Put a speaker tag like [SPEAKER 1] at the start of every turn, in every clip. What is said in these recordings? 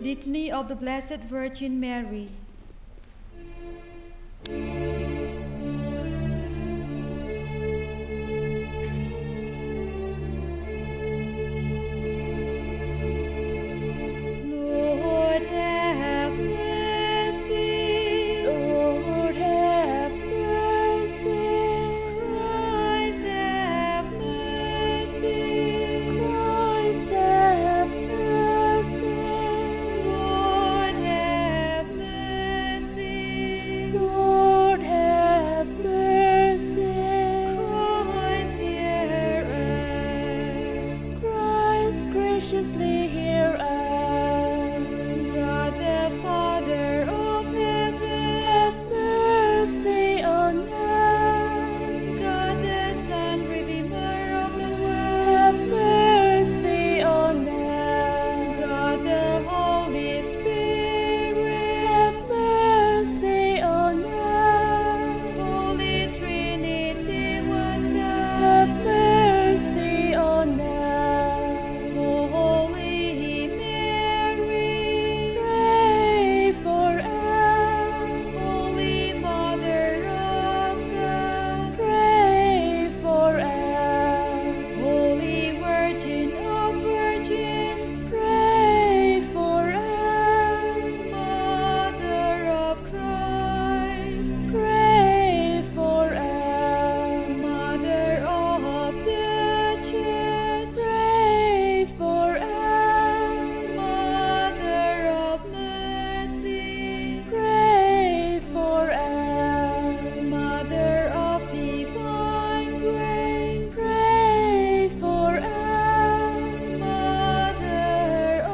[SPEAKER 1] Litany of the Blessed Virgin Mary. Lord have mercy. Lord have mercy. Christ have mercy. Christ have mercy. Lord have mercy. Lord have mercy. Christ hear us. Christ graciously hear us. God the Father of heaven, have mercy on us. God the Son, Redeemer of the world, have mercy on us. God the Holy Spirit, have mercy on us. Holy Trinity, one God, have mercy on us. Holy Mary, pray for us. Holy Mother of God, pray for us. Holy Virgin of Virgins, pray for us. Mother of Christ, pray for us. Mother of the Church, pray for us. Mother of mercy, pray for us. Mother of divine grace, pray for us. Mother of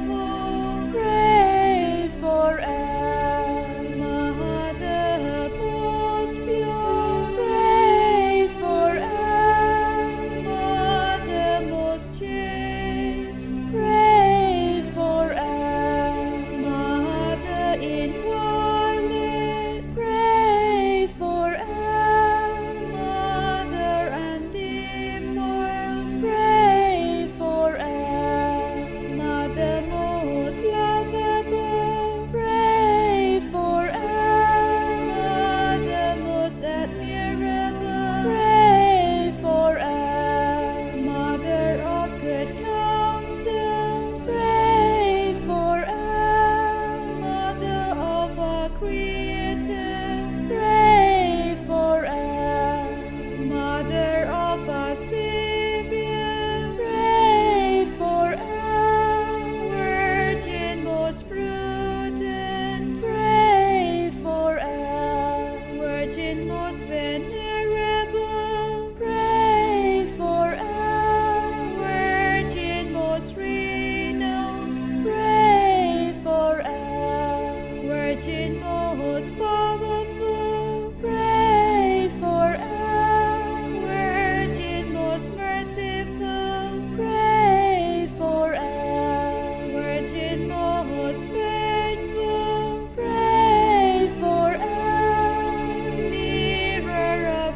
[SPEAKER 1] hope, pray for us. Mother most pure, pray for us. Mother most chaste, pray for us. Mother inviolate, pray for us. Mother undefiled, pray for us. Mother most lovable, pray for us. Mother most admirable, pray for us. Mother of good counsel, pray for us. Mother of our Creator, pray for us. Mother of our Savior, pray for us. Virgin most prudent, pray for us. Virgin most venerable, pray for us. Virgin most renowned, pray for us. Virgin most powerful, pray for us. Virgin most merciful, pray for us. Virgin most faithful, pray for us. Mirror of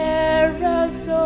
[SPEAKER 1] so